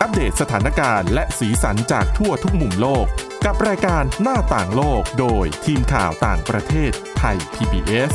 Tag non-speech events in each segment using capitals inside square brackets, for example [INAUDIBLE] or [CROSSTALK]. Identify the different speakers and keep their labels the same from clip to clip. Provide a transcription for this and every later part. Speaker 1: อัปเดตสถานการณ์และสีสันจากทั่วทุกมุมโลก กับรายการหน้าต่างโลกโดยทีมข่าวต่างประเทศไทย PBS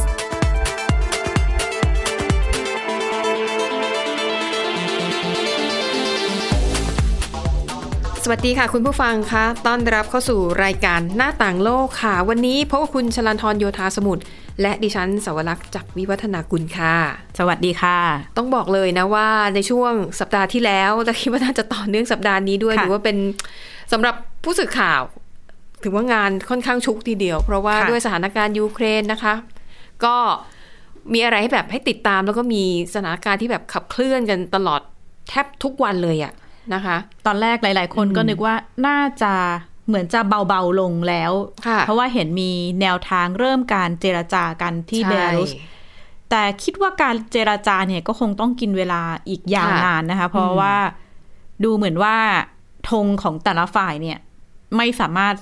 Speaker 2: สวัสดีค่ะคุณผู้ฟังคะต้อนรับเข้าสู่รายการหน้าต่างโลกค่ะ วันนี้พบกับคุณชลันทรโยธาสมุทรและดิฉันสวรักษ์จากวิวัฒนากุลค่ะ
Speaker 3: สวัสดีค่ะ
Speaker 2: ต้องบอกเลยนะว่าในช่วงสัปดาห์ที่แล้วและคิดว่าน่าจะต่อเนื่องสัปดาห์นี้ด้วย
Speaker 3: ค่ะ
Speaker 2: ถือว่าเป็นสำหรับผู้สื่อข่าว ถือว่างานค่อนข้างชุกทีเดียว เพราะว่า
Speaker 3: ค่ะ
Speaker 2: ด้วยสถานการณ์ยูเครนนะคะ ก็มีอะไรให้แบบให้ติดตาม แล้วก็มีสถานการณ์ที่แบบขับเคลื่อนกันตลอดแทบทุกวันเลยอะนะคะ
Speaker 3: ตอนแรกหลาย ๆ คนก็นึกว่าน่าจะเหมือนจะเบา ๆ ลงแล้ว
Speaker 2: ค่ะ
Speaker 3: เพราะว่าเห็นมีแนวทางเริ่มการเจรจากันที่เบลารุส
Speaker 2: ใช่
Speaker 3: แต่คิดว่าการเจรจาเนี่ยก็คงต้องกินเวลาอีกยาว
Speaker 2: ค่ะ
Speaker 3: นานนะคะ เพราะว่าดูเหมือนว่าธงของแต่ละฝ่ายเนี่ย ไม่สามารถ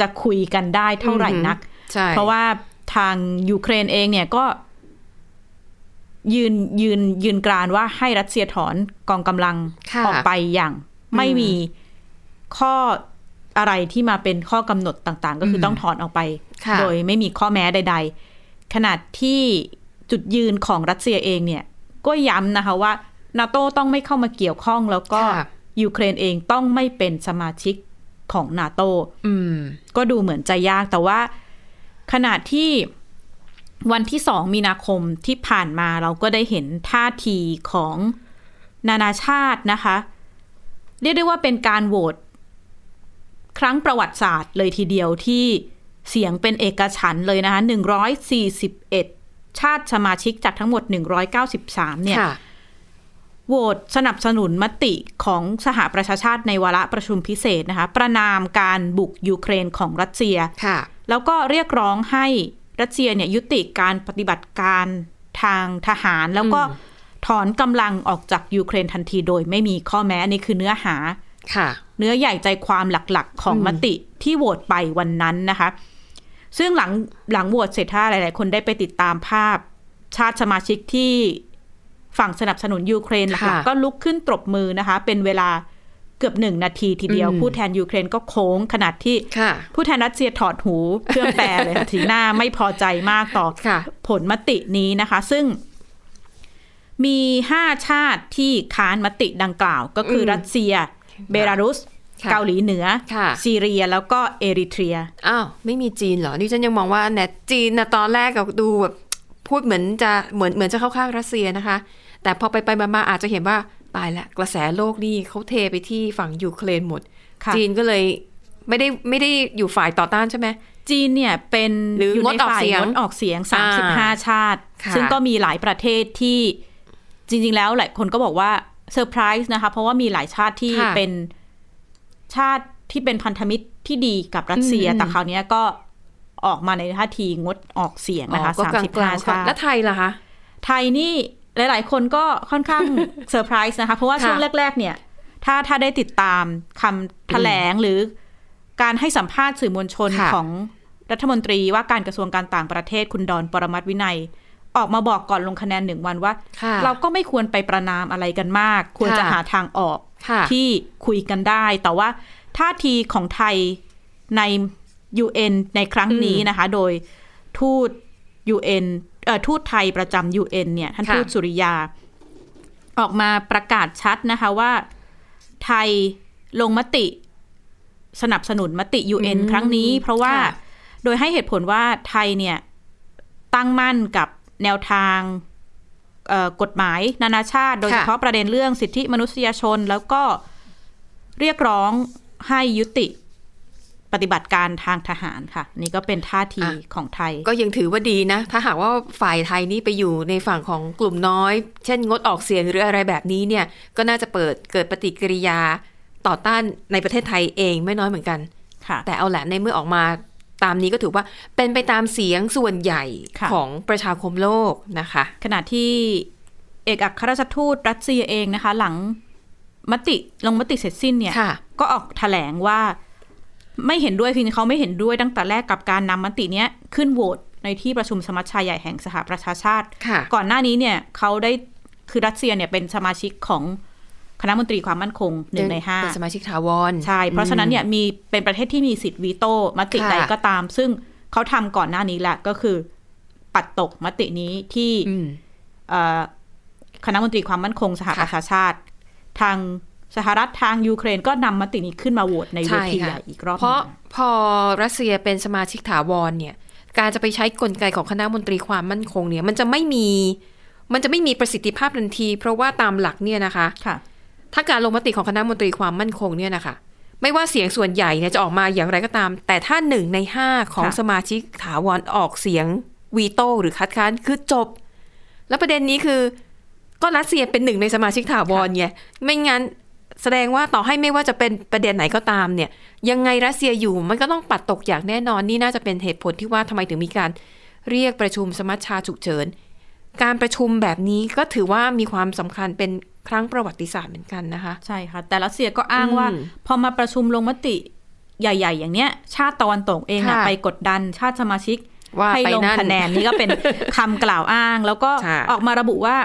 Speaker 3: จะคุยกันได้เท่าไหร่
Speaker 2: อือหือ
Speaker 3: นัก
Speaker 2: ใช่
Speaker 3: เพราะว่าทางยูเครนเองเนี่ยก็ ยืนยืนยืนกรานว่าให้รัสเซียถอนกองกำลัง
Speaker 2: ค่ะ
Speaker 3: ออกไปอย่าง ไม่
Speaker 2: อืม
Speaker 3: มีข้ออะไรที่มาเป็นข้อกำหนดต่างๆ ก็คืออ
Speaker 2: ม
Speaker 3: ต้องถอนออกไป
Speaker 2: ค่ะ
Speaker 3: โดยไม่มีข้อแม้ใด ๆ ขนาดที่จุดยืนของรัสเซียเองเนี่ย ก็ย้ำนะคะว่านาโต้ต้องไม่เข้ามาเกี่ยวข้อง แล้วก็
Speaker 2: ค่ะ
Speaker 3: ยูเครนเองต้องไม่เป็นสมาชิกของนาโต
Speaker 2: อืม
Speaker 3: ก็ดูเหมือนจะยากแต่ว่าขนาดที่วันที่สองมีนาคมที่ผ่านมาเราก็ได้เห็นท่าทีของนานาชาตินะคะ เรียกได้ว่าเป็นการโหวตครั้งประวัติศาสตร์เลยทีเดียวที่เสียงเป็นเอกฉันท์เลยนะคะ 141 ชาติสมาชิกจากทั้งหมด 193 เนี่ย
Speaker 2: ค่ะ
Speaker 3: โหวตสนับสนุนมติของสหประชาชาติในวาระประชุมพิเศษนะคะ ประนามการบุกยูเครนของรัสเซีย
Speaker 2: ค่ะ
Speaker 3: แล้วก็เรียกร้องให้รัสเซียเนี่ยยุติการปฏิบัติการทางทหาร แล้วก็
Speaker 2: อืม
Speaker 3: ถอนกำลังออกจากยูเครนทันทีโดยไม่มีข้อแม้อันนี้คือเนื้อหา
Speaker 2: ค่ะ
Speaker 3: เนื้อใหญ่ใจความหลักๆ ของ
Speaker 2: อืม
Speaker 3: มติที่โหวตไปวันนั้นนะคะ ซึ่งหลังหลังโหวตเสร็จถ้าหลาย ๆ คนได้ไปติดตามภาพชาติสมาชิกที่ฝั่งสนับสนุนยูเครนหลัก
Speaker 2: ค่ะ
Speaker 3: ๆก็ลุกขึ้นตบมือนะคะ เป็นเวลาเกือบหนึ่งนาทีทีเดียว
Speaker 2: อืม
Speaker 3: ผู้แทนยูเครนก็โค้งขนาดที่
Speaker 2: ค่ะ
Speaker 3: ผู้แทนรัสเซียถอดหู เครื่องแปลเลยค่ะ [LAUGHS] สีหน้าไม่พอใจมากต่อ
Speaker 2: ค่ะ
Speaker 3: ผลมตินี้นะคะ ซึ่งมีห้าชาติที่ค้านมติดังกล่าว ก็คืออ
Speaker 2: ม
Speaker 3: รัสเซีย เบลารุส
Speaker 2: ค่ะ
Speaker 3: เกาหลีเหนือ
Speaker 2: ค่ะ
Speaker 3: ซีเรียแล้วก็เอริเทรีย
Speaker 2: อ้าว ไม่มีจีนเหรอ นี่ฉันยังมองว่าแนทจีนนะตอนแรกก็ดูแบบ พูดเหมือนจะเหมือนเหมือนจะเข้าข้างรัสเซียนะคะ แต่พอไปไปมามาอาจจะเห็นว่าตายละกระแสโลกนี่เขาเทไปที่ฝั่งยูเครนหมด
Speaker 3: ค่ะ
Speaker 2: จีนก็เลยไม่ได้ไม่ได้อยู่ฝ่ายต่อต้านใช่ไหม
Speaker 3: จีนเนี่ยเป็น
Speaker 2: หรืออยู่ งด
Speaker 3: ใน
Speaker 2: ออก
Speaker 3: ฝ่าย
Speaker 2: เสียง
Speaker 3: งดออกเสียง
Speaker 2: อ่า
Speaker 3: 35 ชาติ
Speaker 2: ค่ะ
Speaker 3: ซึ่งก็มีหลายประเทศที่จริง ๆ แล้วหลายคนก็บอกว่าเซอร์ไพรส์นะคะ เพราะว่ามีหลายชาติที่
Speaker 2: ค่ะ
Speaker 3: เป็นชาติที่เป็นพันธมิตรที่ดีกับรัสเซีย
Speaker 2: อืม
Speaker 3: แต่คราวเนี้ยก็ออกมาในท่าทีงดออกเสียงนะคะ
Speaker 2: อ๋อก็กลางกลาง
Speaker 3: 35
Speaker 2: ๆก่อน
Speaker 3: ชาติ
Speaker 2: แล้วไทยล่ะคะ
Speaker 3: ไทยนี่หลาย ๆ คนก็ค่อนข้าง
Speaker 2: [LAUGHS]
Speaker 3: เซอร์ไพรส์นะคะ เพราะว่า
Speaker 2: ค่ะ
Speaker 3: ช่วงแรก ๆ เนี่ย ถ้าถ้าได้ติดตามคำแถลงหรือการให้สัมภาษณ์สื่อมวลชน
Speaker 2: ค่ะ
Speaker 3: ของรัฐมนตรีว่าการกระทรวงการต่างประเทศคุณดอนปรมัตถวินัย ออกมาบอกก่อนลงคะแนนหนึ่งวันว่า
Speaker 2: ค่ะ
Speaker 3: เราก็ไม่ควรไปประนามอะไรกันมาก ควรจะ
Speaker 2: ค่ะ
Speaker 3: หาทางออก
Speaker 2: ค่ะ
Speaker 3: ที่คุยกันได้ แต่ว่าท่าทีของไทยใน UN ในครั้งนี้
Speaker 2: อืม
Speaker 3: นะคะ โดยทูต UN เอ่อทูตไทยประจำ UN เนี่ย ท่าน
Speaker 2: ค่ะ
Speaker 3: ทูตสุริยา ออกมาประกาศชัดนะคะว่าไทยลงมติสนับสนุนมติ UN ครั้งนี้ เพราะว่า
Speaker 2: ค่ะ
Speaker 3: โดยให้เหตุผลว่าไทยเนี่ยตั้งมั่นกับแนวทางเอ่อกฎหมายนานาชาติ โดยเฉพาะประเด็นเรื่องสิทธิมนุษยชน แล้วก็เรียกร้องให้ยุติปฏิบัติการทางทหารค่ะ นี่ก็เป็นท่าที
Speaker 2: อ่ะ
Speaker 3: ของไทย
Speaker 2: ก็ยังถือว่าดีนะ ถ้าหากว่าฝ่ายไทยนี่ไปอยู่ในฝั่งของกลุ่มน้อย เช่นงดออกเสียงหรืออะไรแบบนี้เนี่ย ก็น่าจะเปิดเกิดปฏิกิริยาต่อต้านในประเทศไทยเองไม่น้อยเหมือนกัน
Speaker 3: ค่ะ
Speaker 2: แต่เอาแหละในเมื่อออกมาตามนี้ก็ถือว่าเป็นไปตามเสียงส่วนใหญ่
Speaker 3: ค่ะ
Speaker 2: ของประชาคมโลกนะคะ
Speaker 3: ขณะที่เอกอัครราชทูตรัสเซียเองนะคะ หลังมติลงมติเสร็จสิ้นเนี่ย
Speaker 2: ค่ะ
Speaker 3: ก็ออกแถลงว่าไม่เห็นด้วยคือเขาไม่เห็นด้วยตั้งแต่แรกกับการนำมติเนี้ยขึ้นโหวตในที่ประชุมสมัชชาใหญ่แห่งสหประชาชาติ
Speaker 2: ค่ะ
Speaker 3: ก่อนหน้านี้เนี่ยเขาได้คือรัสเซียเนี่ยเป็นสมาชิกของ คณะมนตรีความมั่นคงหนึ่งในห้า
Speaker 2: เป็นสมาชิกถาวร
Speaker 3: ใช่ เพราะฉะนั้นเนี่ยมีเป็นประเทศที่มีสิทธิ์วีโต้มติ
Speaker 2: ค่ะ
Speaker 3: ใดก็ตาม ซึ่งเขาทำก่อนหน้านี้แหละก็คือ ปัดตกมตินี้ที่
Speaker 2: อืม
Speaker 3: เอ่อคณะมนตรีความมั่นคงสหประชาชาติ ทางสหรัฐทางยูเครนก็นำมตินี้ขึ้นมาโหวตในเว
Speaker 2: ใช่
Speaker 3: ที
Speaker 2: ค่ะ
Speaker 3: ใหญ่อีกรอบห
Speaker 2: เพ
Speaker 3: นึ่
Speaker 2: ราะ
Speaker 3: ง
Speaker 2: พอรัสเซียเป็นสมาชิกถาวรเนี่ย การจะไปใช้กลไกของคณะมนตรีความมั่นคงเนี่ย มันจะไม่มี มันจะไม่มีประสิทธิภาพทันที เพราะว่าตามหลักเนี่ยนะคะ
Speaker 3: ค่ะ
Speaker 2: ถ้าการลงมติของคณะมนตรีความมั่นคงเนี่ยนะคะ ไม่ว่าเสียงส่วนใหญ่เนี่ยจะออกมาอย่างไรก็ตาม แต่ถ้าหนึ่งในห้าของ
Speaker 3: ค่ะ
Speaker 2: สมาชิกถาวรออกเสียงวีโต้หรือคัดค้านคือจบ แล้วประเด็นนี้คือ ก็รัสเซียเป็นหนึ่งในสมาชิกถาวรไงไม่งั้นแสดงว่าต่อให้ไม่ว่าจะเป็นประเด็นไหนก็ตามเนี่ย ยังไงรัสเซียอยู่มันก็ต้องปัดตกอย่างแน่นอนนี่น่าจะเป็นเหตุผลที่ว่าทำไมถึงมีการเรียกประชุมสมัชชาฉุกเฉิน การประชุมแบบนี้ก็ถือว่ามีความสำคัญเป็นครั้งประวัติศาสตร์เหมือนกันนะคะ
Speaker 3: ใช่ค่ะ แต่รัสเซียก็อ้างว่า
Speaker 2: อืม
Speaker 3: พอมาประชุมลงมติใหญ่ ๆ อย่างเนี้ย ชาติตะวันตกเองน่ะ
Speaker 2: ค่ะ
Speaker 3: ไปกดดันชาติสมาชิก
Speaker 2: ว่า
Speaker 3: ให้
Speaker 2: ไป
Speaker 3: ลง
Speaker 2: นั่น
Speaker 3: คะแนนนี่ก็เป็น คำกล่าวอ้าง แล้วก็
Speaker 2: ค่ะ
Speaker 3: ออกมาระบุว่า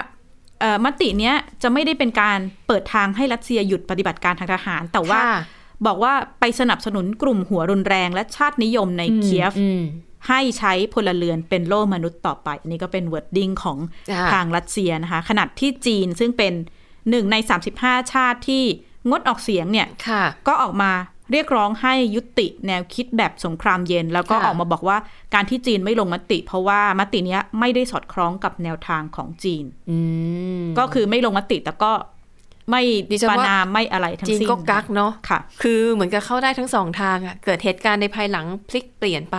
Speaker 3: เอ่อมติเนี้ยจะไม่ได้เป็นการเปิดทางให้รัสเซียหยุดปฏิบัติการทางทหาร แต่ว่า
Speaker 2: ค่ะ
Speaker 3: บอกว่าไปสนับสนุนกลุ่มหัวรุนแรงและชาตินิยมในเคียฟ
Speaker 2: อืม
Speaker 3: ให้ใช้พลเรือนเป็นโล่มนุษย์ต่อไป อันนี้ก็เป็นเวิร์ดดิ้งของ
Speaker 2: ค่ะ
Speaker 3: ทางรัสเซียนะคะ ขนาดที่จีนซึ่งเป็นหนึ่งใน 35 ชาติที่งดออกเสียงเนี่ย
Speaker 2: ค่ะ
Speaker 3: ก็ออกมาเรียกร้องให้ยุติแนวคิดแบบสงครามเย็น แล้วก็
Speaker 2: ค่ะ
Speaker 3: ออกมาบอกว่าการที่จีนไม่ลงมติ เพราะว่ามติเนี้ยไม่ได้สอดคล้องกับแนวทางของจีน ก็คือไม่ลงมติแต่ก็ไม่
Speaker 2: ดิฉัน
Speaker 3: ประ
Speaker 2: ว่า
Speaker 3: นามไม่อะไรทั้ง
Speaker 2: จี
Speaker 3: สิ้
Speaker 2: น
Speaker 3: น
Speaker 2: ก็กักเนาะ
Speaker 3: ค่ะ
Speaker 2: คือเหมือนกับเข้าได้ทั้งสองทางอะเกิดเหตุการณ์ในภายหลังพลิกเปลี่ยนไป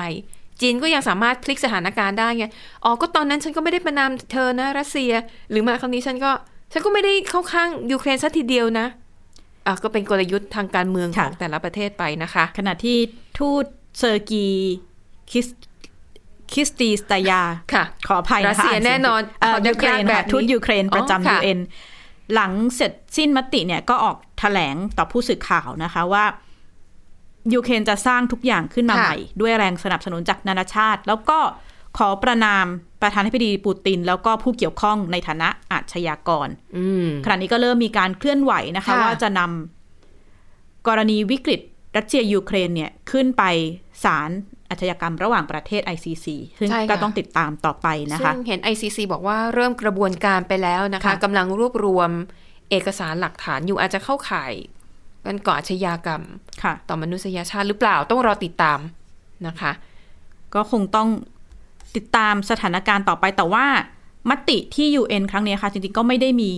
Speaker 2: จีนก็ยังสามารถพลิกสถานการณ์ได้ไง อ๋อ ก็ตอนนั้นฉันก็ไม่ได้ประนามเธอนะรัสเซีย หรือมาครั้งนี้ฉันก็ ฉันก็ไม่ได้เข้าข้างยูเครนซะทีเดียวนะ อ่ะก็เป็นกลยุทธ์ทางการเมืองข
Speaker 3: ค่ะ
Speaker 2: องแต่ละประเทศไปนะคะ
Speaker 3: ขณะที่ทูตเซอร์กีคิสคิสตีสตายา
Speaker 2: ค่ะ
Speaker 3: ขออภัย
Speaker 2: รั
Speaker 3: นะ
Speaker 2: ส
Speaker 3: คะ
Speaker 2: เซีย
Speaker 3: อ่านสีง
Speaker 2: แน่นอน
Speaker 3: เอ่อ
Speaker 2: ขอย
Speaker 3: ยู
Speaker 2: ก
Speaker 3: เคร
Speaker 2: ยาก
Speaker 3: น
Speaker 2: แบ
Speaker 3: แบบ บ
Speaker 2: นี้
Speaker 3: ทูตยูเครนประ
Speaker 2: อ๋อ
Speaker 3: จำ
Speaker 2: ค่ะ
Speaker 3: ยูเอ็นหลังเสร็จสิ้นมติเนี่ยก็ออกแถลงต่อผู้สื่อข่าวนะคะว่ายูเครนจะสร้างทุกอย่างขึ้นมาใหม่ ด้วยแรงสนับสนุนจากนานาชาติ แล้วก็ขอประนามประธานาธิบดีปูติน แล้วก็ผู้เกี่ยวข้องในฐานะอาชญากร
Speaker 2: อืม
Speaker 3: ขณะนี้ก็เริ่มมีการเคลื่อนไหวนะคะ
Speaker 2: ค่ะ
Speaker 3: ว่าจะนำกรณีวิกฤตรัสเซียยูเครนเนี่ยขึ้นไปศาลอาชญากรรมระหว่างประเทศ ICC ซึ่ง
Speaker 2: ใช่ค่ะ
Speaker 3: ก็ต้องติดตามต่อไปนะคะ
Speaker 2: ซึ่งเห็น ICC บอกว่าเริ่มกระบวนการไปแล้วนะคะ
Speaker 3: ค่ะ
Speaker 2: กำลังรวบรวมเอกสารหลักฐานอยู่อาจจะเข้าข่ายกันก่ออาชญากรรม
Speaker 3: ค่ะ
Speaker 2: ต่อมนุษยชาติหรือเปล่าต้องรอติดตามนะคะ
Speaker 3: ก็คงต้องติดตามสถานการณ์ต่อไปแต่ว่ามติที่ UN ครั้งเนี้ยค่ะ จริงๆ ก็ไม่ได้มี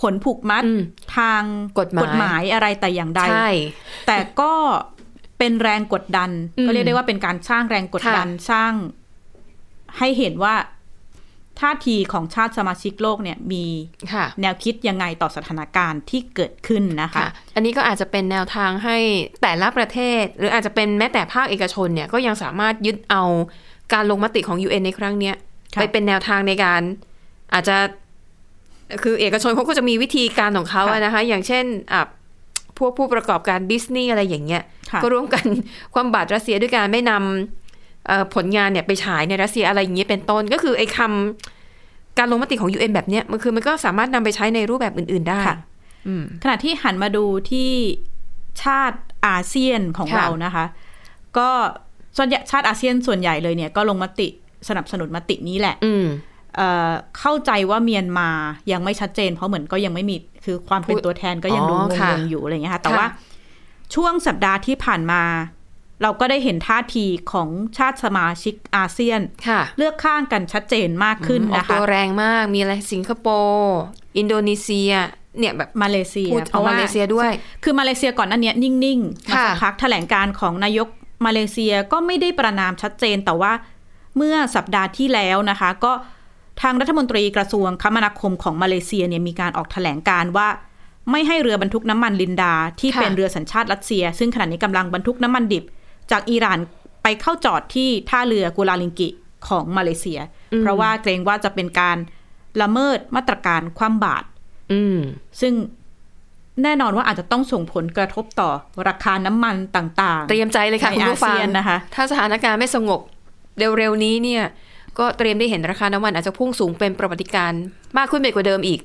Speaker 3: ผลผูกมัด
Speaker 2: อืม
Speaker 3: ทาง
Speaker 2: กฎหมาย
Speaker 3: อะไรแต่อย่างใด
Speaker 2: ใช่
Speaker 3: แต่ก็เป็นแรงกดดัน
Speaker 2: อืม
Speaker 3: ก็เรียกได้ว่าเป็นการสร้างแรงกดดันสร้างให้เห็นว่าท่าทีของชาติสมาชิกโลกเนี่ย มี
Speaker 2: ค่ะ
Speaker 3: แนวคิดยังไงต่อสถานการณ์ที่เกิดขึ้นนะคะ
Speaker 2: ค่ะ อันนี้ก็อาจจะเป็นแนวทางให้แต่ละประเทศ หรืออาจจะเป็นแม้แต่ภาคเอกชนเนี่ยก็ยังสามารถยึดเอาการลงมติของ UN ในครั้งเนี้ย
Speaker 3: ค่ะ
Speaker 2: ไปเป็นแนวทางในการอาจจะคือเอกชนเขาก็จะมีวิธีการของเขาอะนะคะ อย่างเช่นอ่ะพวกผู้ประกอบการดิสนีย์อะไรอย่างเงี้ย
Speaker 3: ค่ะ
Speaker 2: ก็ร่วมกัน [LAUGHS] ความบาดรัสเซียด้วยการไม่นำเอ่อผลงานเนี่ยไปฉายในรัสเซียอะไรอย่างนี้เป็นต้น ก็คือไอ้คำการลงมติของ UN แบบเนี้ยมันคือมันก็สามารถนำไปใช้ในรูปแบบอื่น ๆได้
Speaker 3: ค่ะ
Speaker 2: อืม
Speaker 3: ขณะที่หันมาดูที่ชาติอาเซียนของ
Speaker 2: ค่ะ
Speaker 3: เรานะคะ ก็ส่วนใหญ่ชาติอาเซียนส่วนใหญ่เลยเนี่ย ก็ลงมติสนับสนุนมตินี้แหละ
Speaker 2: อืม
Speaker 3: เอ่อเข้าใจว่าเมียนมายังไม่ชัดเจน เพราะเหมือนก็ยังไม่มีคือความเป็นตัวแทนก็ยังดู
Speaker 2: อ๋
Speaker 3: ง
Speaker 2: อค่ะ
Speaker 3: งๆอยู่อะไรอย่างเงี้ยค่ะแต่
Speaker 2: ค่ะ
Speaker 3: ว่าช่วงสัปดาห์ที่ผ่านมา เราก็ได้เห็นท่าทีของชาติสมาชิกอาเซียน
Speaker 2: ค่ะ
Speaker 3: เลือกข้างกันชัดเจนมากขึ้น
Speaker 2: ออก
Speaker 3: นะ
Speaker 2: ตั
Speaker 3: คะ
Speaker 2: วแรงมากมีอะไรสิงคโปร์อินโดนีเซีย เนี่ยแบบ
Speaker 3: มาเลเซีย
Speaker 2: พูดของมาเลเซียด้วย
Speaker 3: คือมาเลเซียก่อนหนั้นเนี้ยนิ่งๆมา
Speaker 2: ค่ะ
Speaker 3: สักพักแถลงการณ์ของนายกมาเลเซียก็ไม่ได้ประนามชัดเจน แต่ว่าเมื่อสัปดาห์ที่แล้วนะคะ ก็ทางรัฐมนตรีกระทรวงคมนาคมของมาเลเซียเนี่ยมีการออกแถลงการณ์ว่า ไม่ให้เรือบรรทุกน้ำมันลินดา ที่
Speaker 2: ค่ะ
Speaker 3: เป็นเรือสัญชาติรัสเซีย ซึ่งขณะนี้กำลังบรรทุกน้ำมันดิบ จากอิหร่านไปเข้าจอดที่ท่าเรือกุลาลิงกิของมาเลเซีย เพราะว่าเกรงว่าจะเป็นการละเมิดมาตรการคว่ำบาตร
Speaker 2: อืม
Speaker 3: ซึ่งแน่นอนว่าอาจจะต้องส่งผลกระทบต่อราคาน้ำมันต่างๆ
Speaker 2: เตรียมใจเลยค่ะ
Speaker 3: ใน
Speaker 2: คุณผู้ฟัง
Speaker 3: อาเซียนนะคะ
Speaker 2: ถ้าสถานการณ์ไม่สงบเร็วๆนี้เนี่ย ก็เตรียมได้เห็นราคาน้ำมันอาจจะพุ่งสูงเป็นประวัติการณ์มากขึ้นไปกว่าเดิมอีก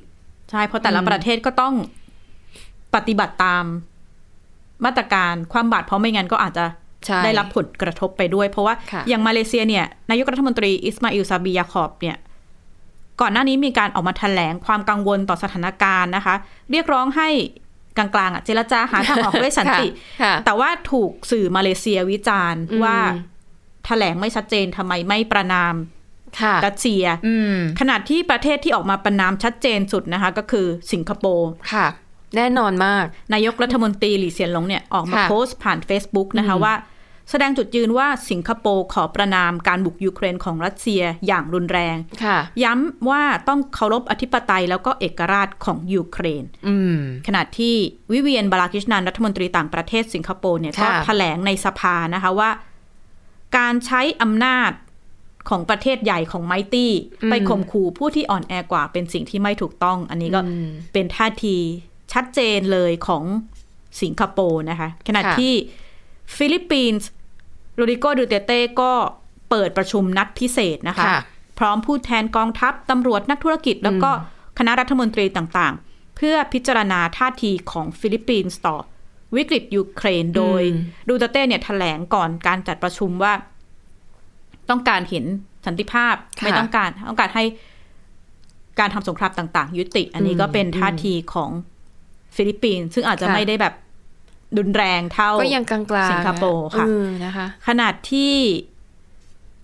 Speaker 3: ใช่เพราะแต่ละ
Speaker 2: อืม
Speaker 3: ประเทศก็ต้องปฏิบัติตามมาตรการความบาดเพราะไม่งั้นก็อาจจะ
Speaker 2: ใช่
Speaker 3: ได้รับผลกระทบไปด้วย เพราะว่า
Speaker 2: ค่ะ
Speaker 3: อย่างมาเลเซียเนี่ยนายกรัฐมนตรีอิสมาอิลซาบียาคอบเนี่ยก่อนหน้านี้มีการออกมาแถลงความกังวลต่อสถานการณ์นะคะ เรียกร้องให้กลางๆอ่ะเจรจาหาทางออกด้วยสันติ
Speaker 2: ค่ะ
Speaker 3: แต่ว่าถูกสื่อมาเลเซียวิจารณ์
Speaker 2: อืม
Speaker 3: ว่าแถลงไม่ชัดเจนทำไมไม่ประนาม
Speaker 2: ค่ะ
Speaker 3: รัสเซีย
Speaker 2: อืม
Speaker 3: ขณะที่ประเทศที่ออกมาประนามชัดเจนสุดนะคะ ก็คือสิงคโปร์
Speaker 2: ค่ะ แน่นอนมาก
Speaker 3: นายกรัฐมนตรีหลีเซียนหลงเนี่ยออกมา
Speaker 2: ค่ะ
Speaker 3: โพสต์ผ่าน Facebook นะคะ
Speaker 2: อืม
Speaker 3: ว่า แสดงจุดยืนว่าสิงคโปร์ขอประนามการบุกยูเครนของรัสเซียอย่างรุนแรง
Speaker 2: ค่ะ
Speaker 3: ย้ำว่าต้องเคารพอธิปไตยแล้วก็เอกราชของยูเครน
Speaker 2: อืม
Speaker 3: ขณะที่วิเวียนบาลาคิชนันรัฐมนตรีต่างประเทศสิงคโปร์เนี่ยก็
Speaker 2: ค่ะ
Speaker 3: แถลงในสภานะคะว่า การใช้อำนาจของประเทศใหญ่ของไมตี้ไปข่มขู่ผู้ที่อ่อนแอกว่าเป็นสิ่งที่ไม่ถูกต้อง อันนี้ก็
Speaker 2: อืม
Speaker 3: เป็นท่าทีชัดเจนเลยของสิงคโปร์นะคะ ขณะ
Speaker 2: ค่ะ
Speaker 3: ที่ฟิลิปปินส์โรดิโกดูเตเต้ก็เปิดประชุมนัดพิเศษนะคะ
Speaker 2: ค่ะ
Speaker 3: พร้อมผู้แทนกองทัพ ตำรวจนักธุรกิจ แล้วก็คณะรัฐมนตรีต่างๆ เพื่อพิจารณาท่าทีของฟิลิปปินส์ต่อวิกฤตยูเครนโดย
Speaker 2: อืม
Speaker 3: ดูเตเต้เนี่ยแถลงก่อนการจัดประชุมว่า ต้องการเห็นสันติภาพไม่ต้องการต้องการให้การทำสงครามต่างๆ ยุติ อันนี้ก็เป็นท่าทีของฟิลิปปินส์ซึ่งอาจจะ
Speaker 2: ค่ะ
Speaker 3: ไม่ได้แบบดุนแรงเท่า
Speaker 2: ก็ยังกลางๆ
Speaker 3: สิงคโปร์ค่ะ
Speaker 2: เออนะคะ
Speaker 3: ขนาดที่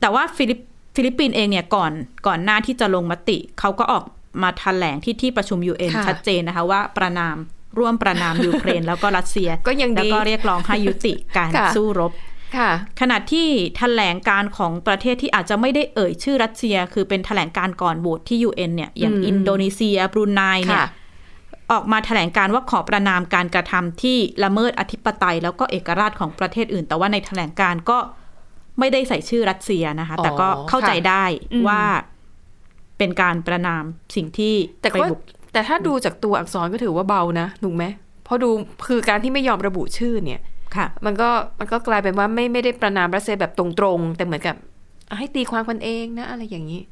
Speaker 3: แต่ว่าฟิลิปฟิลิปปินส์เองเนี่ยก่อนก่อนหน้าที่จะลงมติ เขาก็ออกมาแถลงที่ที่ประชุม UN
Speaker 2: ค่ะ
Speaker 3: ชัดเจนนะคะ ว่าประนามร่วมประนามยูเคร
Speaker 2: [LAUGHS]
Speaker 3: น แล้วก็รัสเซีย
Speaker 2: ก็ยัง
Speaker 3: แล้ว
Speaker 2: ดี
Speaker 3: ก็เรียกร้องให้ยุติการ
Speaker 2: ค่ะ
Speaker 3: สู้รบ
Speaker 2: ค่ะ
Speaker 3: ขณะที่แถลงการของประเทศที่อาจจะไม่ได้เอ่ยชื่อรัสเซีย คือเป็นแถลงการก่อนโหวตที่ UN เนี่ยอย่าง
Speaker 2: อืม
Speaker 3: อินโดนีเซียบรูไนเนี่
Speaker 2: ค่ะ
Speaker 3: ยออกมาแถลงการว่าขอประนามการกระทำที่ละเมิดอธิปไตย แล้วก็เอกราชของประเทศอื่น แต่ว่าในแถลงการก็ไม่ได้ใส่ชื่อรัสเซียนะคะ แต่ก็
Speaker 2: อ๋อ
Speaker 3: เข้าใจ
Speaker 2: ค่ะ
Speaker 3: ได้
Speaker 2: อืม
Speaker 3: ว่าเป็นการประนามสิ่งที่
Speaker 2: แต่
Speaker 3: ไป
Speaker 2: ก็
Speaker 3: บุก
Speaker 2: แต่ถ้าดูจากตัวอักษรก็ถือว่าเบานะถูกไหมเพราะดูคือการที่ไม่ยอมระบุชื่อเนี่ย
Speaker 3: ค่ะ
Speaker 2: มันก็มันก็กลายเป็นว่าไม่ไม่ได้ประนามรัสเซียแบบตรงๆ แต่เหมือนกับอ่ะให้ตีความกันเองนะอะไรอย่างนี้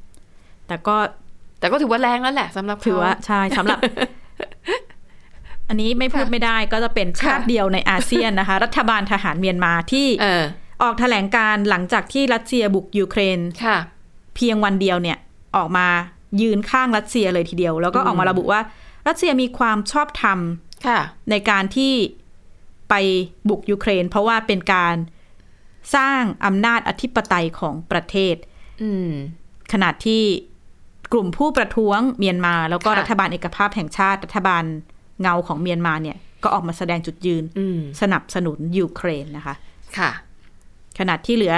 Speaker 3: แต่ก็
Speaker 2: แต่ก็ถือว่าแรงแล้วแหละสำหรับเข
Speaker 3: ถือว่าใช่สำหรับ [LAUGHS] อันนี้ไม่พูด
Speaker 2: ค่ะ
Speaker 3: ไม่ได้ก็จะเป็นชาติ
Speaker 2: ค่ะ
Speaker 3: เดียวในอาเซียนนะคะ รัฐบาลทหารเมียนมาที่
Speaker 2: เออ
Speaker 3: ออกแถลงการหลังจากที่รัสเซียบุกยูเครน
Speaker 2: ค่ะ
Speaker 3: เพียงวันเดียวเนี่ยออกมายืนข้างรัสเซียเลยทีเดียว แล้วก็ออกมาระบุว่า รัสเซียมีความชอบธรรม
Speaker 2: ค่ะ
Speaker 3: ในการที่ไปบุกยูเครน เพราะว่าเป็นการสร้างอำนาจอธิปไตยของประเทศ
Speaker 2: อืม
Speaker 3: ขณะที่กลุ่มผู้ประท้วงเมียนมาแล้วก็
Speaker 2: ค่ะ
Speaker 3: รัฐบาลเอกภาพแห่งชาติรัฐบาลเงาของเมียนมาเนี่ยก็ออกมาแสดงจุดยืน
Speaker 2: อืม
Speaker 3: สนับสนุนยูเครนนะคะ
Speaker 2: ค่ะ
Speaker 3: ขณะที่เหลือ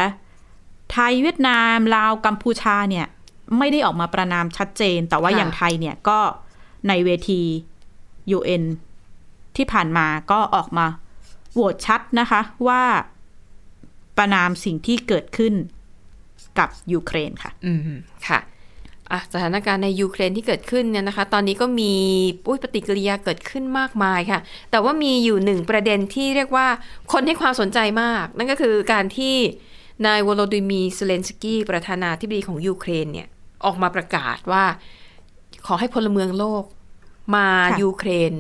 Speaker 3: ไทยเวียดนาม ลาวกัมพูชาเนี่ยไม่ได้ออกมาประนามชัดเจน แต่ว่า
Speaker 2: ค่ะ
Speaker 3: อย่างไทยเนี่ยก็ในเวที UN ที่ผ่านมาก็ออกมาโหวตชัดนะคะว่าประนามสิ่งที่เกิดขึ้นกับยูเครนค่ะ
Speaker 2: อืมค่ะอ่ะสถานการณ์ในยูเครนที่เกิดขึ้นเนี่ยนะคะ ตอนนี้ก็มีอุยปฏิกิริยาเกิดขึ้นมากมายค่ะ แต่ว่ามีอยู่หนึ่งประเด็นที่เรียกว่าคนให้ความสนใจมาก นั่นก็คือการที่นายวโลดิมีร์เซเลนสกี้ประธานาธิบดีของยูเครนเนี่ยออกมาประกาศว่า ขอให้พลเมืองโลกมา
Speaker 3: ค่ะ
Speaker 2: ยูเครน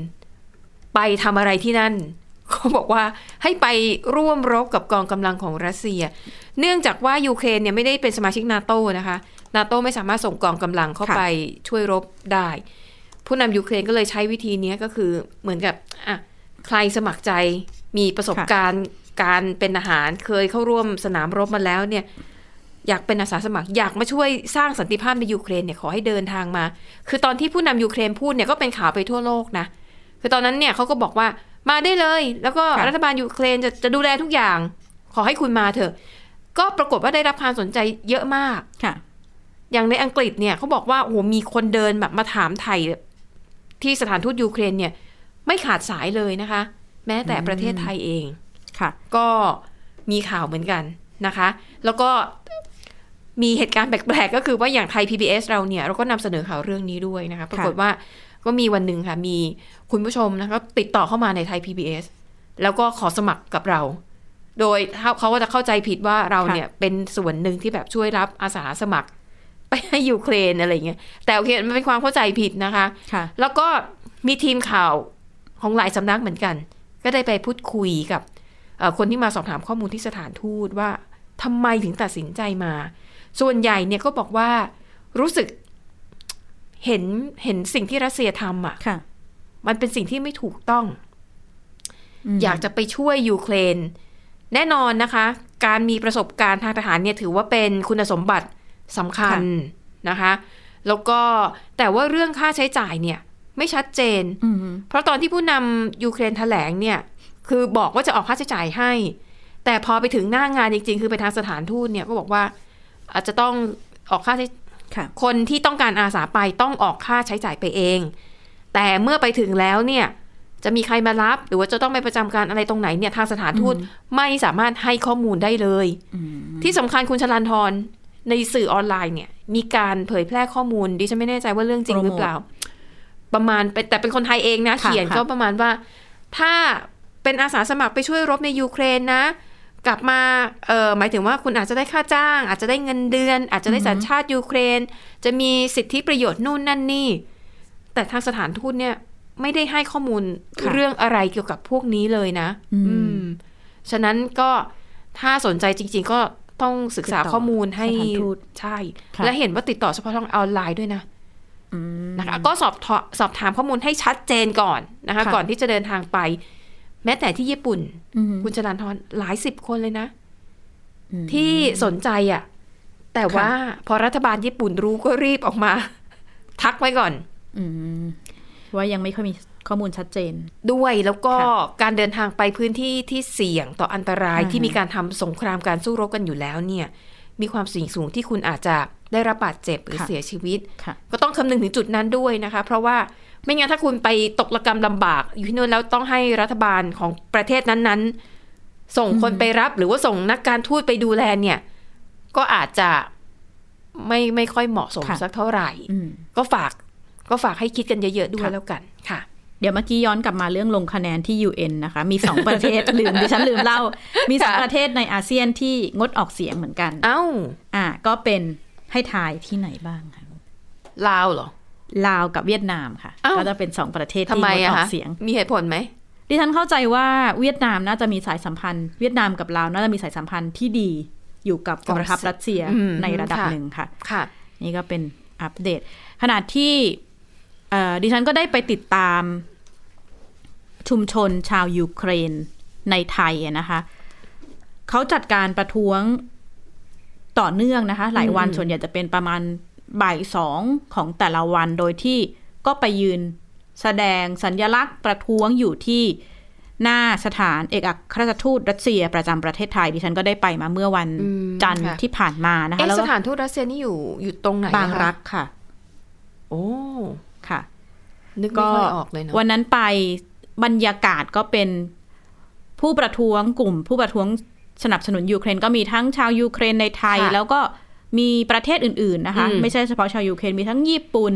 Speaker 2: ไปทำอะไรที่นั่น [LAUGHS] เขาบอกว่าให้ไปร่วมรบกับกองกำลังของรัสเซีย เนื่องจากว่ายูเครนเนี่ยไม่ได้เป็นสมาชิกนาโตนะคะนาโตไม่สามารถส่งกองกำลังเข้า
Speaker 3: ค่ะ
Speaker 2: ไปช่วยรบได้ ผู้นำยูเครนก็เลยใช้วิธีเนี้ยก็คือเหมือนกับอ่ะใครสมัครใจมีประสบการณ์การเป็นทหารเคยเข้าร่วมสนามรบมาแล้วเนี่ย อยากเป็นอาสาสมัครอยากมาช่วยสร้างสันติภาพในยูเครนเนี่ยขอให้เดินทางมา คือตอนที่ผู้นำยูเครนพูดเนี่ยก็เป็นข่าวไปทั่วโลกนะ คือตอนนั้นเนี่ยเขาก็บอกว่ามาได้เลย แล้วก็
Speaker 3: ค่ะ
Speaker 2: รัฐบาลยูเครนจะจะดูแลทุกอย่าง ขอให้คุณมาเถอะ ก็ปรากฏว่าได้รับความสนใจเยอะมาก
Speaker 3: ค่ะ
Speaker 2: อย่างในอังกฤษเนี่ยเขาบอกว่าโอ้โหมีคนเดินแบบมาถามไทยแบบที่สถานทูตยูเครนเนี่ย ไม่ขาดสายเลยนะคะ แม้แต่ประเทศไทยเอง
Speaker 3: ค่ะ
Speaker 2: ก็มีข่าวเหมือนกันนะคะ แล้วก็มีเหตุการณ์แปลกๆ ก็คือว่าอย่างไทย PBS เราเนี่ย เราก็นำเสนอข่าวเรื่องนี้ด้วยนะคะ ปรากฏว่าก็มีวันหนึ่งค่ะ มีคุณผู้ชมนะคะติดต่อเข้ามาในไทย PBS แล้วก็ขอสมัครกับเรา โดยเขาเขาก็จะเข้าใจผิดว่าเรา
Speaker 3: ค่ะ
Speaker 2: เนี่ยเป็นส่วนหนึ่งที่แบบช่วยรับอาสาสมัคร ไปให้ยูเครนอะไรอย่างเงี้ยแต่โอเคมันเป็นความเข้าใจผิดนะคะ
Speaker 3: ค่ะ
Speaker 2: แล้วก็มีทีมข่าวของหลายสำนักเหมือนกัน ก็ได้ไปพูดคุยกับเอ่อคนที่มาสอบถามข้อมูลที่สถานทูตว่าทำไมถึงตัดสินใจมา ส่วนใหญ่เนี่ยก็บอกว่ารู้สึกเห็นเห็นสิ่งที่รัสเซียทำอ่ะ
Speaker 3: ค่ะ
Speaker 2: มันเป็นสิ่งที่ไม่ถูกต้อง
Speaker 3: ม
Speaker 2: อยากจะไปช่วยยูเครน แน่นอนนะคะ การมีประสบการณ์ทางทหารเนี่ยถือว่าเป็นคุณสมบัติสำคัญนะคะ แล้วก็แต่ว่าเรื่องค่าใช้จ่ายเนี่ย ไม่ชัดเจน
Speaker 3: อืม
Speaker 2: เพราะตอนที่ผู้นำยูเครนแถลงเนี่ย คือบอกว่าจะออกค่าใช้จ่ายให้ แต่พอไปถึงหน้างานจริง ๆ คือไปทางสถานทูตเนี่ยก็บอกว่าอาจจะต้องออกค่าใช้
Speaker 3: ค่ะ
Speaker 2: คนที่ต้องการอาสาไปต้องออกค่าใช้จ่ายไปเอง แต่เมื่อไปถึงแล้วเนี่ยจะมีใครมารับ หรือว่าจะต้องไปประจำการอะไรตรงไหนเนี่ยทางสถานทูตไม่สามารถให้ข้อมูลได้เลย ที่สำคัญคุณชลันทรในสื่อออนไลน์เนี่ย มีการเผยแพร่ข้อมูลดิฉันไม่แน่ใจว่าเรื่องจริงหรือเปล่า ประมาณเป็นแต่เป็นคนไทยเองนะ
Speaker 3: ค่ะ
Speaker 2: เขียน
Speaker 3: ค่ะ
Speaker 2: ก็ประมาณว่า ถ้าเป็นอาสาสมัครไปช่วยรบในยูเครนนะ กลับมาเออหมายถึงว่าคุณอาจจะได้ค่าจ้าง อาจจะได้เงินเดือน อาจจะได้สัญชาติยูเครน จะมีสิทธิประโยชน์นู่นนั่นนี่ แต่ทางสถานทูตเนี่ยไม่ได้ให้ข้อมูล
Speaker 3: ค่ะ
Speaker 2: เรื่องอะไรเกี่ยวกับพวกนี้เลยนะ อืม ฉะนั้นก็ถ้าสนใจจริง ๆ ก็ต้องศึกษา
Speaker 3: ติดต่อ
Speaker 2: ข้อมูลให้
Speaker 3: สถานทูต
Speaker 2: ใช่
Speaker 3: ค่ะ
Speaker 2: และเห็นว่าติดต่อเฉพาะทางออนไลน์ด้วยนะ
Speaker 3: อืม
Speaker 2: นะคะก็สอบถสอบถามข้อมูลให้ชัดเจนก่อนนะคะ
Speaker 3: ค่ะ
Speaker 2: ก่อนที่จะเดินทางไป แม้แต่ที่ญี่ปุ่น
Speaker 3: อืม
Speaker 2: คุณจรันทรหลายสิบคนเลยนะ
Speaker 3: อืม
Speaker 2: ที่สนใจอ่ะ แต่ว่าพอรัฐบาลญี่ปุ่นรู้ก็รีบออกมา [LAUGHS] ทักไว้ก่อน
Speaker 3: อืมว่ายังไม่ค่อยมีข้อมูลชัดเจน
Speaker 2: ด้วยแล้วก็
Speaker 3: ค่ะ
Speaker 2: การเดินทางไปพื้นที่ที่เสี่ยงต่ออันตราย
Speaker 3: อือฮึ
Speaker 2: ที่มีการทำสงครามการสู้รบกันอยู่แล้วเนี่ย มีความเสี่ยงสูงที่คุณอาจจะได้รับบาดเจ็บหรือเสียชีวิต
Speaker 3: ค่ะ
Speaker 2: ก็ต้องคำนึงถึงจุดนั้นด้วยนะคะ เพราะว่าไม่งั้นถ้าคุณไปตกระกรรมลำบาก อยู่ที่นู่นแล้วต้องให้รัฐบาลของประเทศนั้นๆ ส่งคนไปรับ หรือว่าส่งนักการทูตไปดูแลเนี่ย ก็อาจจะไม่ไม่ค่อยเหมาะสม
Speaker 3: ค่ะ
Speaker 2: สักเท่าไหร่
Speaker 3: อืม
Speaker 2: ก็ฝากก็ฝากให้คิดกันเยอะๆด้วย
Speaker 3: ค่ะ
Speaker 2: แล้วกันค่ะ
Speaker 3: เดี๋ยวเมื่อกี้ย้อนกลับมาเรื่องลงคะแนนที่ UN นะคะ มีสองประเทศ ลืมดิฉันลืมเล่า มีสอง
Speaker 2: ค่ะ
Speaker 3: ประเทศในอาเซียนที่งดออกเสียงเหมือนกัน
Speaker 2: เอ้า
Speaker 3: อ่า ก็เป็นให้ทายที่ไหนบ้างคะ
Speaker 2: ลาวเหรอ
Speaker 3: ลาวกับเวียดนามค่ะ
Speaker 2: อ้าว
Speaker 3: ก็จะเป็นสองประเทศ
Speaker 2: ทำ
Speaker 3: ที่
Speaker 2: ไม
Speaker 3: งดอ
Speaker 2: อะ
Speaker 3: อ
Speaker 2: คะ
Speaker 3: กเสียง
Speaker 2: มีเหตุผลไหม
Speaker 3: ดิฉันเข้าใจว่าเวียดนามน่าจะมีสายสัมพันธ์ เวียดนามกับลาวน่าจะมีสายสัมพันธ์ที่ดีอยู่กับกองทัพรัสเซีย
Speaker 2: อืม
Speaker 3: ในระดับ
Speaker 2: ค่ะ
Speaker 3: หนึ่งค่ะ
Speaker 2: ค่ะ
Speaker 3: นี่ก็เป็นอัปเดต ขนาดที่เอ่อดิฉันก็ได้ไปติดตามชุมชนชาวยูเครนในไทยอะนะคะ เขาจัดการประท้วงต่อเนื่องนะคะ หลายวัน
Speaker 2: อืม
Speaker 3: ส่วนใหญ่จะเป็นประมาณบ่ายสองของแต่ละวันโดยที่ก็ไปยืนแสดงสัญญลักษณ์ประท้วงอยู่ที่หน้าสถานเอกอัครราชทูตรัสเซียประจำประเทศไทย ดิฉันก็ได้ไปมาเมื่อวันจันทร์ที่ผ่านมานะคะ
Speaker 2: เอ๊ะ
Speaker 3: แล้ว
Speaker 2: ส
Speaker 3: ก็
Speaker 2: ถานทูตรัสเซียนี่อยู่อยู่ตรงไหนนะคะ
Speaker 3: บางรักค่ะ
Speaker 2: โอ้
Speaker 3: ค่ะ
Speaker 2: นึกไม่
Speaker 3: ก็
Speaker 2: ค่อยออกเลยเนาะ
Speaker 3: วันนั้นไปบรรยากาศก็เป็นผู้ประท้วงกลุ่ม ผู้ประท้วงสนับสนุนยูเครนก็มีทั้งชาวยูเครนในไทย
Speaker 2: ค่ะ
Speaker 3: แล้วก็มีประเทศอื่น ๆ นะคะ
Speaker 2: อืม
Speaker 3: ไม่ใช่เฉพาะชาวยูเครนมีทั้งญี่ปุ่น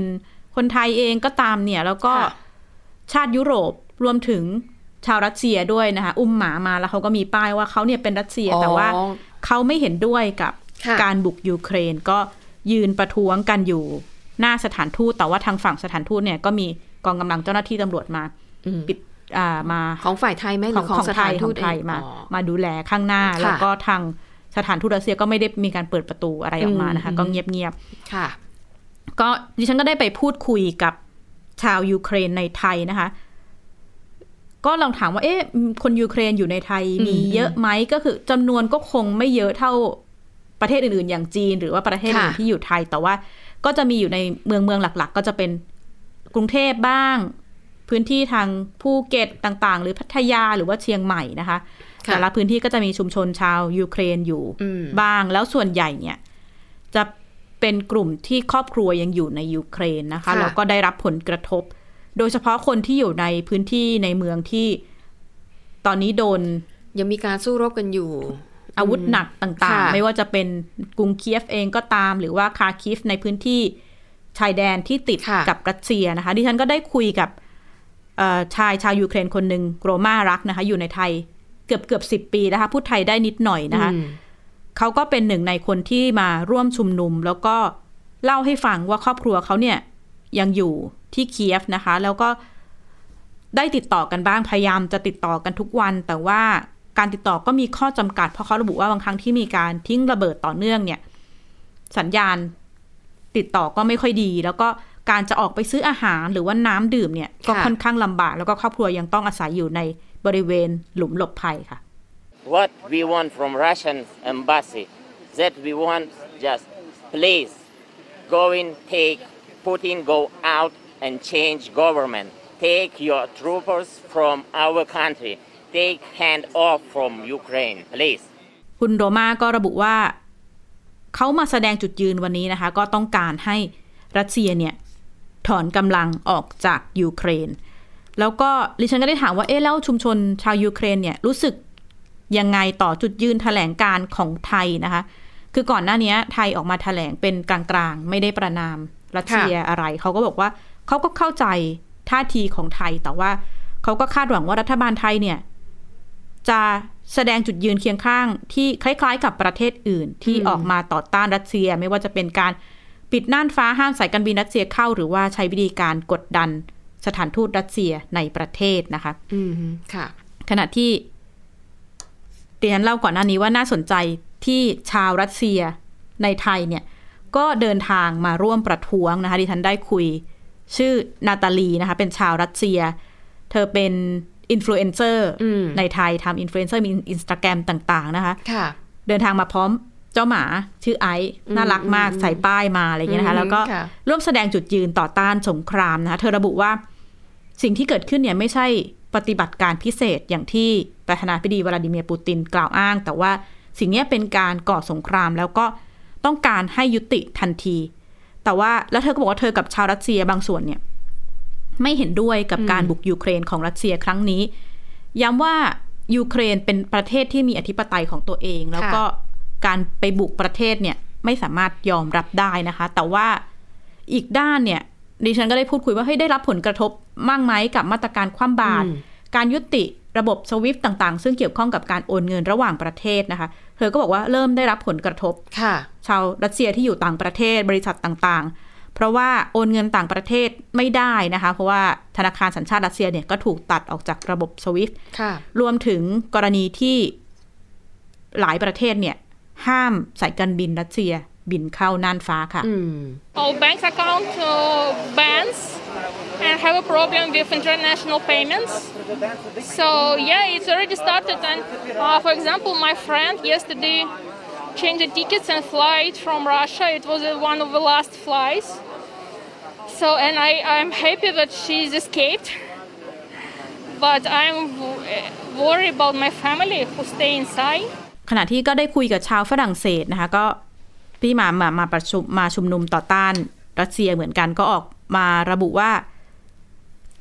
Speaker 3: คนไทยเองก็ตามเนี่ย แล้วก็
Speaker 2: ค่ะ
Speaker 3: ชาติยุโรปรวมถึงชาวรัสเซียด้วยนะคะ อุ้มหมามาแล้วเขาก็มีป้ายว่าเขาเนี่ยเป็นรัสเซียแต่ว่า
Speaker 2: อ๋อ
Speaker 3: เขาไม่เห็นด้วยกับ
Speaker 2: ค่ะ
Speaker 3: การบุกยูเครนก็ยืนประท้วงกันอยู่หน้าสถานทูตแต่ว่าทางฝั่งสถานทูตเนี่ยก็มีกองกำลังเจ้าหน้าที่ตำรวจมา
Speaker 2: อืม
Speaker 3: ปิดอ่ามา
Speaker 2: ของฝ่ายไทยไหมหรือของส
Speaker 3: ไท
Speaker 2: ถาน
Speaker 3: ยข
Speaker 2: ทู
Speaker 3: อ
Speaker 2: ต
Speaker 3: ง
Speaker 2: เอ
Speaker 3: ไทย
Speaker 2: ง
Speaker 3: มา
Speaker 2: อ๋อ
Speaker 3: มาดูแลข้างหน้า
Speaker 2: ค่ะ
Speaker 3: แล้วก็ทางสถานทูตรัสเซียก็ไม่ได้มีการเปิดประตูอะไรออกมา
Speaker 2: อืม
Speaker 3: นะคะ
Speaker 2: อืม
Speaker 3: ก็เงียบ
Speaker 2: ค่ะ
Speaker 3: ๆก็ดิฉันก็ได้ไปพูดคุยกับชาวยูเครนในไทยนะคะ ก็ลองถามว่า เอ๊ะคนยูเครนอยู่ในไทยมี
Speaker 2: อืม
Speaker 3: เยอะไหมก็คือจำนวนก็คงไม่เยอะเท่า ประเทศอื่นๆ อย่างจีนหรือว่าประเทศอื่น
Speaker 2: ค่ะ
Speaker 3: ที่อยู่ไทย แต่ว่าก็จะมีอยู่ในเมืองเมืองหลัก ๆ ก็จะเป็นกรุงเทพบ้าง พื้นที่ทางภูเก็ตต่างๆ หรือพัทยาหรือว่าเชียงใหม่นะคะ แต่ละพื้นที่ก็จะมีชุมชนชาวยูเครนอยู่
Speaker 2: อืม
Speaker 3: บ้างแล้วส่วนใหญ่เนี่ยจะเป็นกลุ่มที่ครอบครัวยังอยู่ในยูเครนนะคะ
Speaker 2: ค่ะ
Speaker 3: แล้วก็ได้รับผลกระทบ โดยเฉพาะคนที่อยู่ในพื้นที่ในเมืองที่ตอนนี้โดน
Speaker 2: ยังมีการสู้รบกันอยู่
Speaker 3: อาวุธหนักต่าง
Speaker 2: ค่ะ
Speaker 3: ๆ ไม่ว่าจะเป็นกรุงเคียฟเองก็ตาม หรือว่าคาร์คิฟในพื้นที่ชายแดนที่ติดกับรัสเซียนะคะ ดิฉันก็ได้คุยกับเอ่อชายชาวยูเครนคนหนึ่งโรมารักนะคะ อยู่ในไทยเกือบเกือบสิบปีนะคะ พูดไทยได้นิดหน่อยนะคะ
Speaker 2: อืม
Speaker 3: เขาก็เป็นหนึ่งในคนที่มาร่วมชุมนุม แล้วก็ เล่าให้ฟังว่าครอบครัวเขาเนี่ยยังอยู่ที่เคียฟนะคะ แล้วก็ได้ติดต่อกันบ้างพยายามจะติดต่อกันทุกวัน แต่ว่าการติดต่อก็มีข้อจำกัด เพราะเขาระบุว่าบางครั้งที่มีการทิ้งระเบิดต่อเนื่องเนี่ย สัญญาณติดต่อก็ไม่ค่อยดี แล้วก็การจะออกไปซื้ออาหารหรือว่าน้ำดื่มเนี่ย ก็
Speaker 2: ค่ะ
Speaker 3: ค่อนข้างลำบาก แล้วก็ครอบครัวยังต้องอาศัยอยู่ในบริเวณหลุมหลบภัยค่ะ
Speaker 4: What we want from Russian embassy, that we want just please go in, take Putin, go out and change government. Take your troopers from our country. Take hand off from Ukraine, please.
Speaker 3: คุณโรมาก็ระบุว่าเขามาแสดงจุดยืนวันนี้นะคะ ก็ต้องการให้รัสเซียเนี่ย ถอนกำลังออกจากยูเครน แล้วก็ดิฉันก็ได้ถามว่าเอ๊ะแล้วชุมชนชาวยูเครนเนี่ยรู้สึกยังไงต่อจุดยืนแถลงการณ์ของไทยนะคะ คือก่อนหน้านี้ไทยออกมาแถลงเป็นกลางๆ ไม่ได้ประนามรัสเซียอะไร เขาก็บอกว่าเขาก็เข้าใจท่าทีของไทย แต่ว่าเขาก็คาดหวังว่ารัฐบาลไทยเนี่ย จะแสดงจุดยืนเคียงข้างที่คล้าย ๆ กับประเทศอื่น ที่ออกมาต่อต้านรัสเซีย ไม่ว่าจะเป็นการปิดน่านฟ้าห้ามสายการบินรัสเซียเข้า หรือว่าใช้วิธีการกดดันสถานทูตรัสเซียในประเทศนะคะ
Speaker 2: อืมค่ะ
Speaker 3: ขณะที่เตียนเล่าก่อนหน้านี้ว่าน่าสนใจที่ชาวรัสเซียในไทยเนี่ย ก็เดินทางมาร่วมประท้วงนะคะดิฉันได้คุยชื่อนาตาลีนะคะ เป็นชาวรัสเซีย เธอเป็นอินฟลูเอนเซอร์
Speaker 2: อืม
Speaker 3: ในไทยทำอินฟลูเอนเซอร์มีอินสตาแกรมต่างๆนะคะ
Speaker 2: ค่ะ
Speaker 3: เดินทางมาพร้อมเจ้าหมาชื่อไอซ์น่ารักมากใส่ป้ายมาอะไรอย่างเงี้ยนะคะ
Speaker 2: อืม
Speaker 3: แล้วก็
Speaker 2: ค่ะ
Speaker 3: ร่วมแสดงจุดยืนต่อต้านสงครามนะคะเธอระบุว่าสิ่งที่เกิดขึ้นเนี่ยไม่ใช่ปฏิบัติการพิเศษอย่างที่ประธานาธิบดีวลาดิเมียร์ปูตินกล่าวอ้าง แต่ว่าสิ่งเนี้ยเป็นการก่อสงครามแล้วก็ต้องการให้ยุติทันที แต่ว่าแล้วเธอก็บอกว่าเธอกับชาวรัสเซียบางส่วนเนี่ย ไม่เห็นด้วยกับการบุกยูเครนของรัสเซียครั้งนี้ ย้ำว่ายูเครนเป็นประเทศที่มีอธิปไตยของตัวเอง แล้วก็การไปบุกประเทศเนี่ยไม่สามารถยอมรับได้นะคะ แต่ว่าอีกด้านเนี่ยดิฉันก็ได้พูดคุยว่าเฮ้ยได้รับผลกระทบมากไหมกับมาตรการคว่ำบาตร
Speaker 2: อืม
Speaker 3: การยุติระบบสวิฟต่างๆ ซึ่งเกี่ยวข้องกับการโอนเงินระหว่างประเทศนะคะ เธอก็บอกว่าเริ่มได้รับผลกระทบ
Speaker 2: ค่ะ
Speaker 3: ชาวรัสเซียที่อยู่ต่างประเทศบริษัทต่างๆ เพราะว่าโอนเงินต่างประเทศไม่ได้นะคะ เพราะว่าธนาคารสัญชาติรัสเซียเนี่ยก็ถูกตัดออกจากระบบสวิฟ t
Speaker 2: ค่ะ
Speaker 3: รวมถึงกรณีที่หลายประเทศเนี่ย ห้ามสายการบินรัสเซียบินเข้าน่านฟ้าค่ะ
Speaker 2: อืม
Speaker 5: All banks account uh, bans and have a problem with international payments. So yeah, it's already started. And uh, for example, my friend yesterday changed the tickets and flight from Russia. It was uh, one of the last flights. So and I I'm happy that she's escaped. But I'm w- eh, worried about my family who stay inside.
Speaker 3: ขณะที่ก็ได้คุยกับชาวฝรั่งเศสนะคะ ก็ที่มามามาประชุมมาชุมนุมต่อต้านรัสเซียเหมือนกันก็ออกมาระบุว่า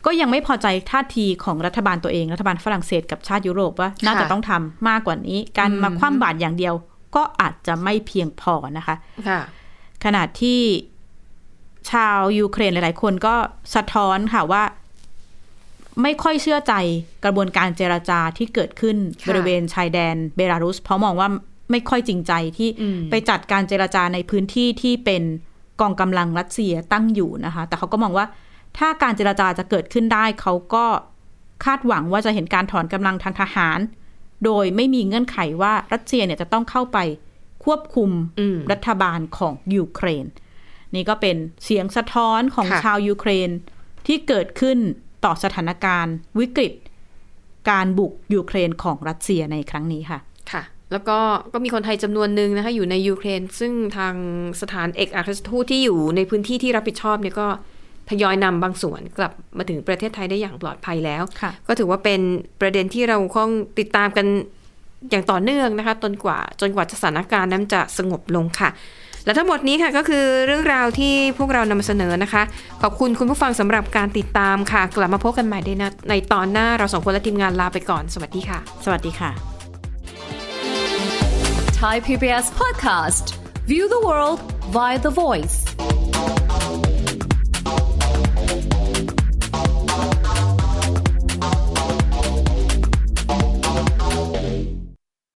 Speaker 3: ก็ยังไม่พอใจท่าทีของรัฐบาลตัวเอง รัฐบาลฝรั่งเศสกับชาติยุโรปว่าน่าจะต้องทำมากกว่านี้ การมาคว่ำบาตรอย่างเดียว ก็อาจจะไม่เพียงพอนะคะ
Speaker 2: ค่ะ
Speaker 3: ขณะที่ชาวยูเครนหลาย ๆ คนก็สะท้อนค่ะว่า ไม่ค่อยเชื่อใจกระบวนการเจราจาที่เกิดขึ้น
Speaker 2: ค่ะ
Speaker 3: บริเวณชายแดนเบลารุส เพราะมองว่าไม่ค่อยจริงใจที่
Speaker 2: อืม
Speaker 3: ไปจัดการเจราจาในพื้นที่ที่เป็นกองกำลังรัสเซียตั้งอยู่นะคะ แต่เขาก็มองว่าถ้าการเจราจาจะเกิดขึ้นได้ เขาก็คาดหวังว่าจะเห็นการถอนกำลังทางทหาร โดยไม่มีเงื่อนไขว่ารัสเซียเนี่ยจะต้องเข้าไปควบคุม
Speaker 2: อืม
Speaker 3: รัฐบาลของยูเครน นี่ก็เป็นเสียงสะท้อนของ
Speaker 2: ค่ะ
Speaker 3: ชาวยูเครนที่เกิดขึ้นต่อสถานการณ์ วิกฤต การบุกยูเครนของรัสเซียในครั้งนี้ค่ะ
Speaker 2: ค่ะ แล้วก็ก็มีคนไทยจำนวนหนึ่งนะคะ อยู่ในยูเครน ซึ่งทางสถานเอกอัครราชทูตที่อยู่ในพื้นที่ที่รับผิดชอบเนี่ยก็ทยอยนำบางส่วนกลับมาถึงประเทศไทยได้อย่างปลอดภัยแล้ว
Speaker 3: ค่ะ
Speaker 2: ก็ถือว่าเป็นประเด็นที่เราคงติดตามกันอย่างต่อเนื่องนะคะจนกว่าจนกว่าสถานการณ์นั้นจะสงบลงค่ะ และทั้งหมดนี้ค่ะก็คือเรื่องราวที่พวกเรานำมาเสนอนะคะ ขอบคุณคุณผู้ฟังสำหรับการติดตามค่ะ กลับมาพบกันใหม่ในนะในตอนหน้าเราสองคนและทีมงานลาไปก่อนสวัสดีค่ะ
Speaker 3: สวัสดีค่ะ
Speaker 6: Thai PBS podcast. View the world via the voice.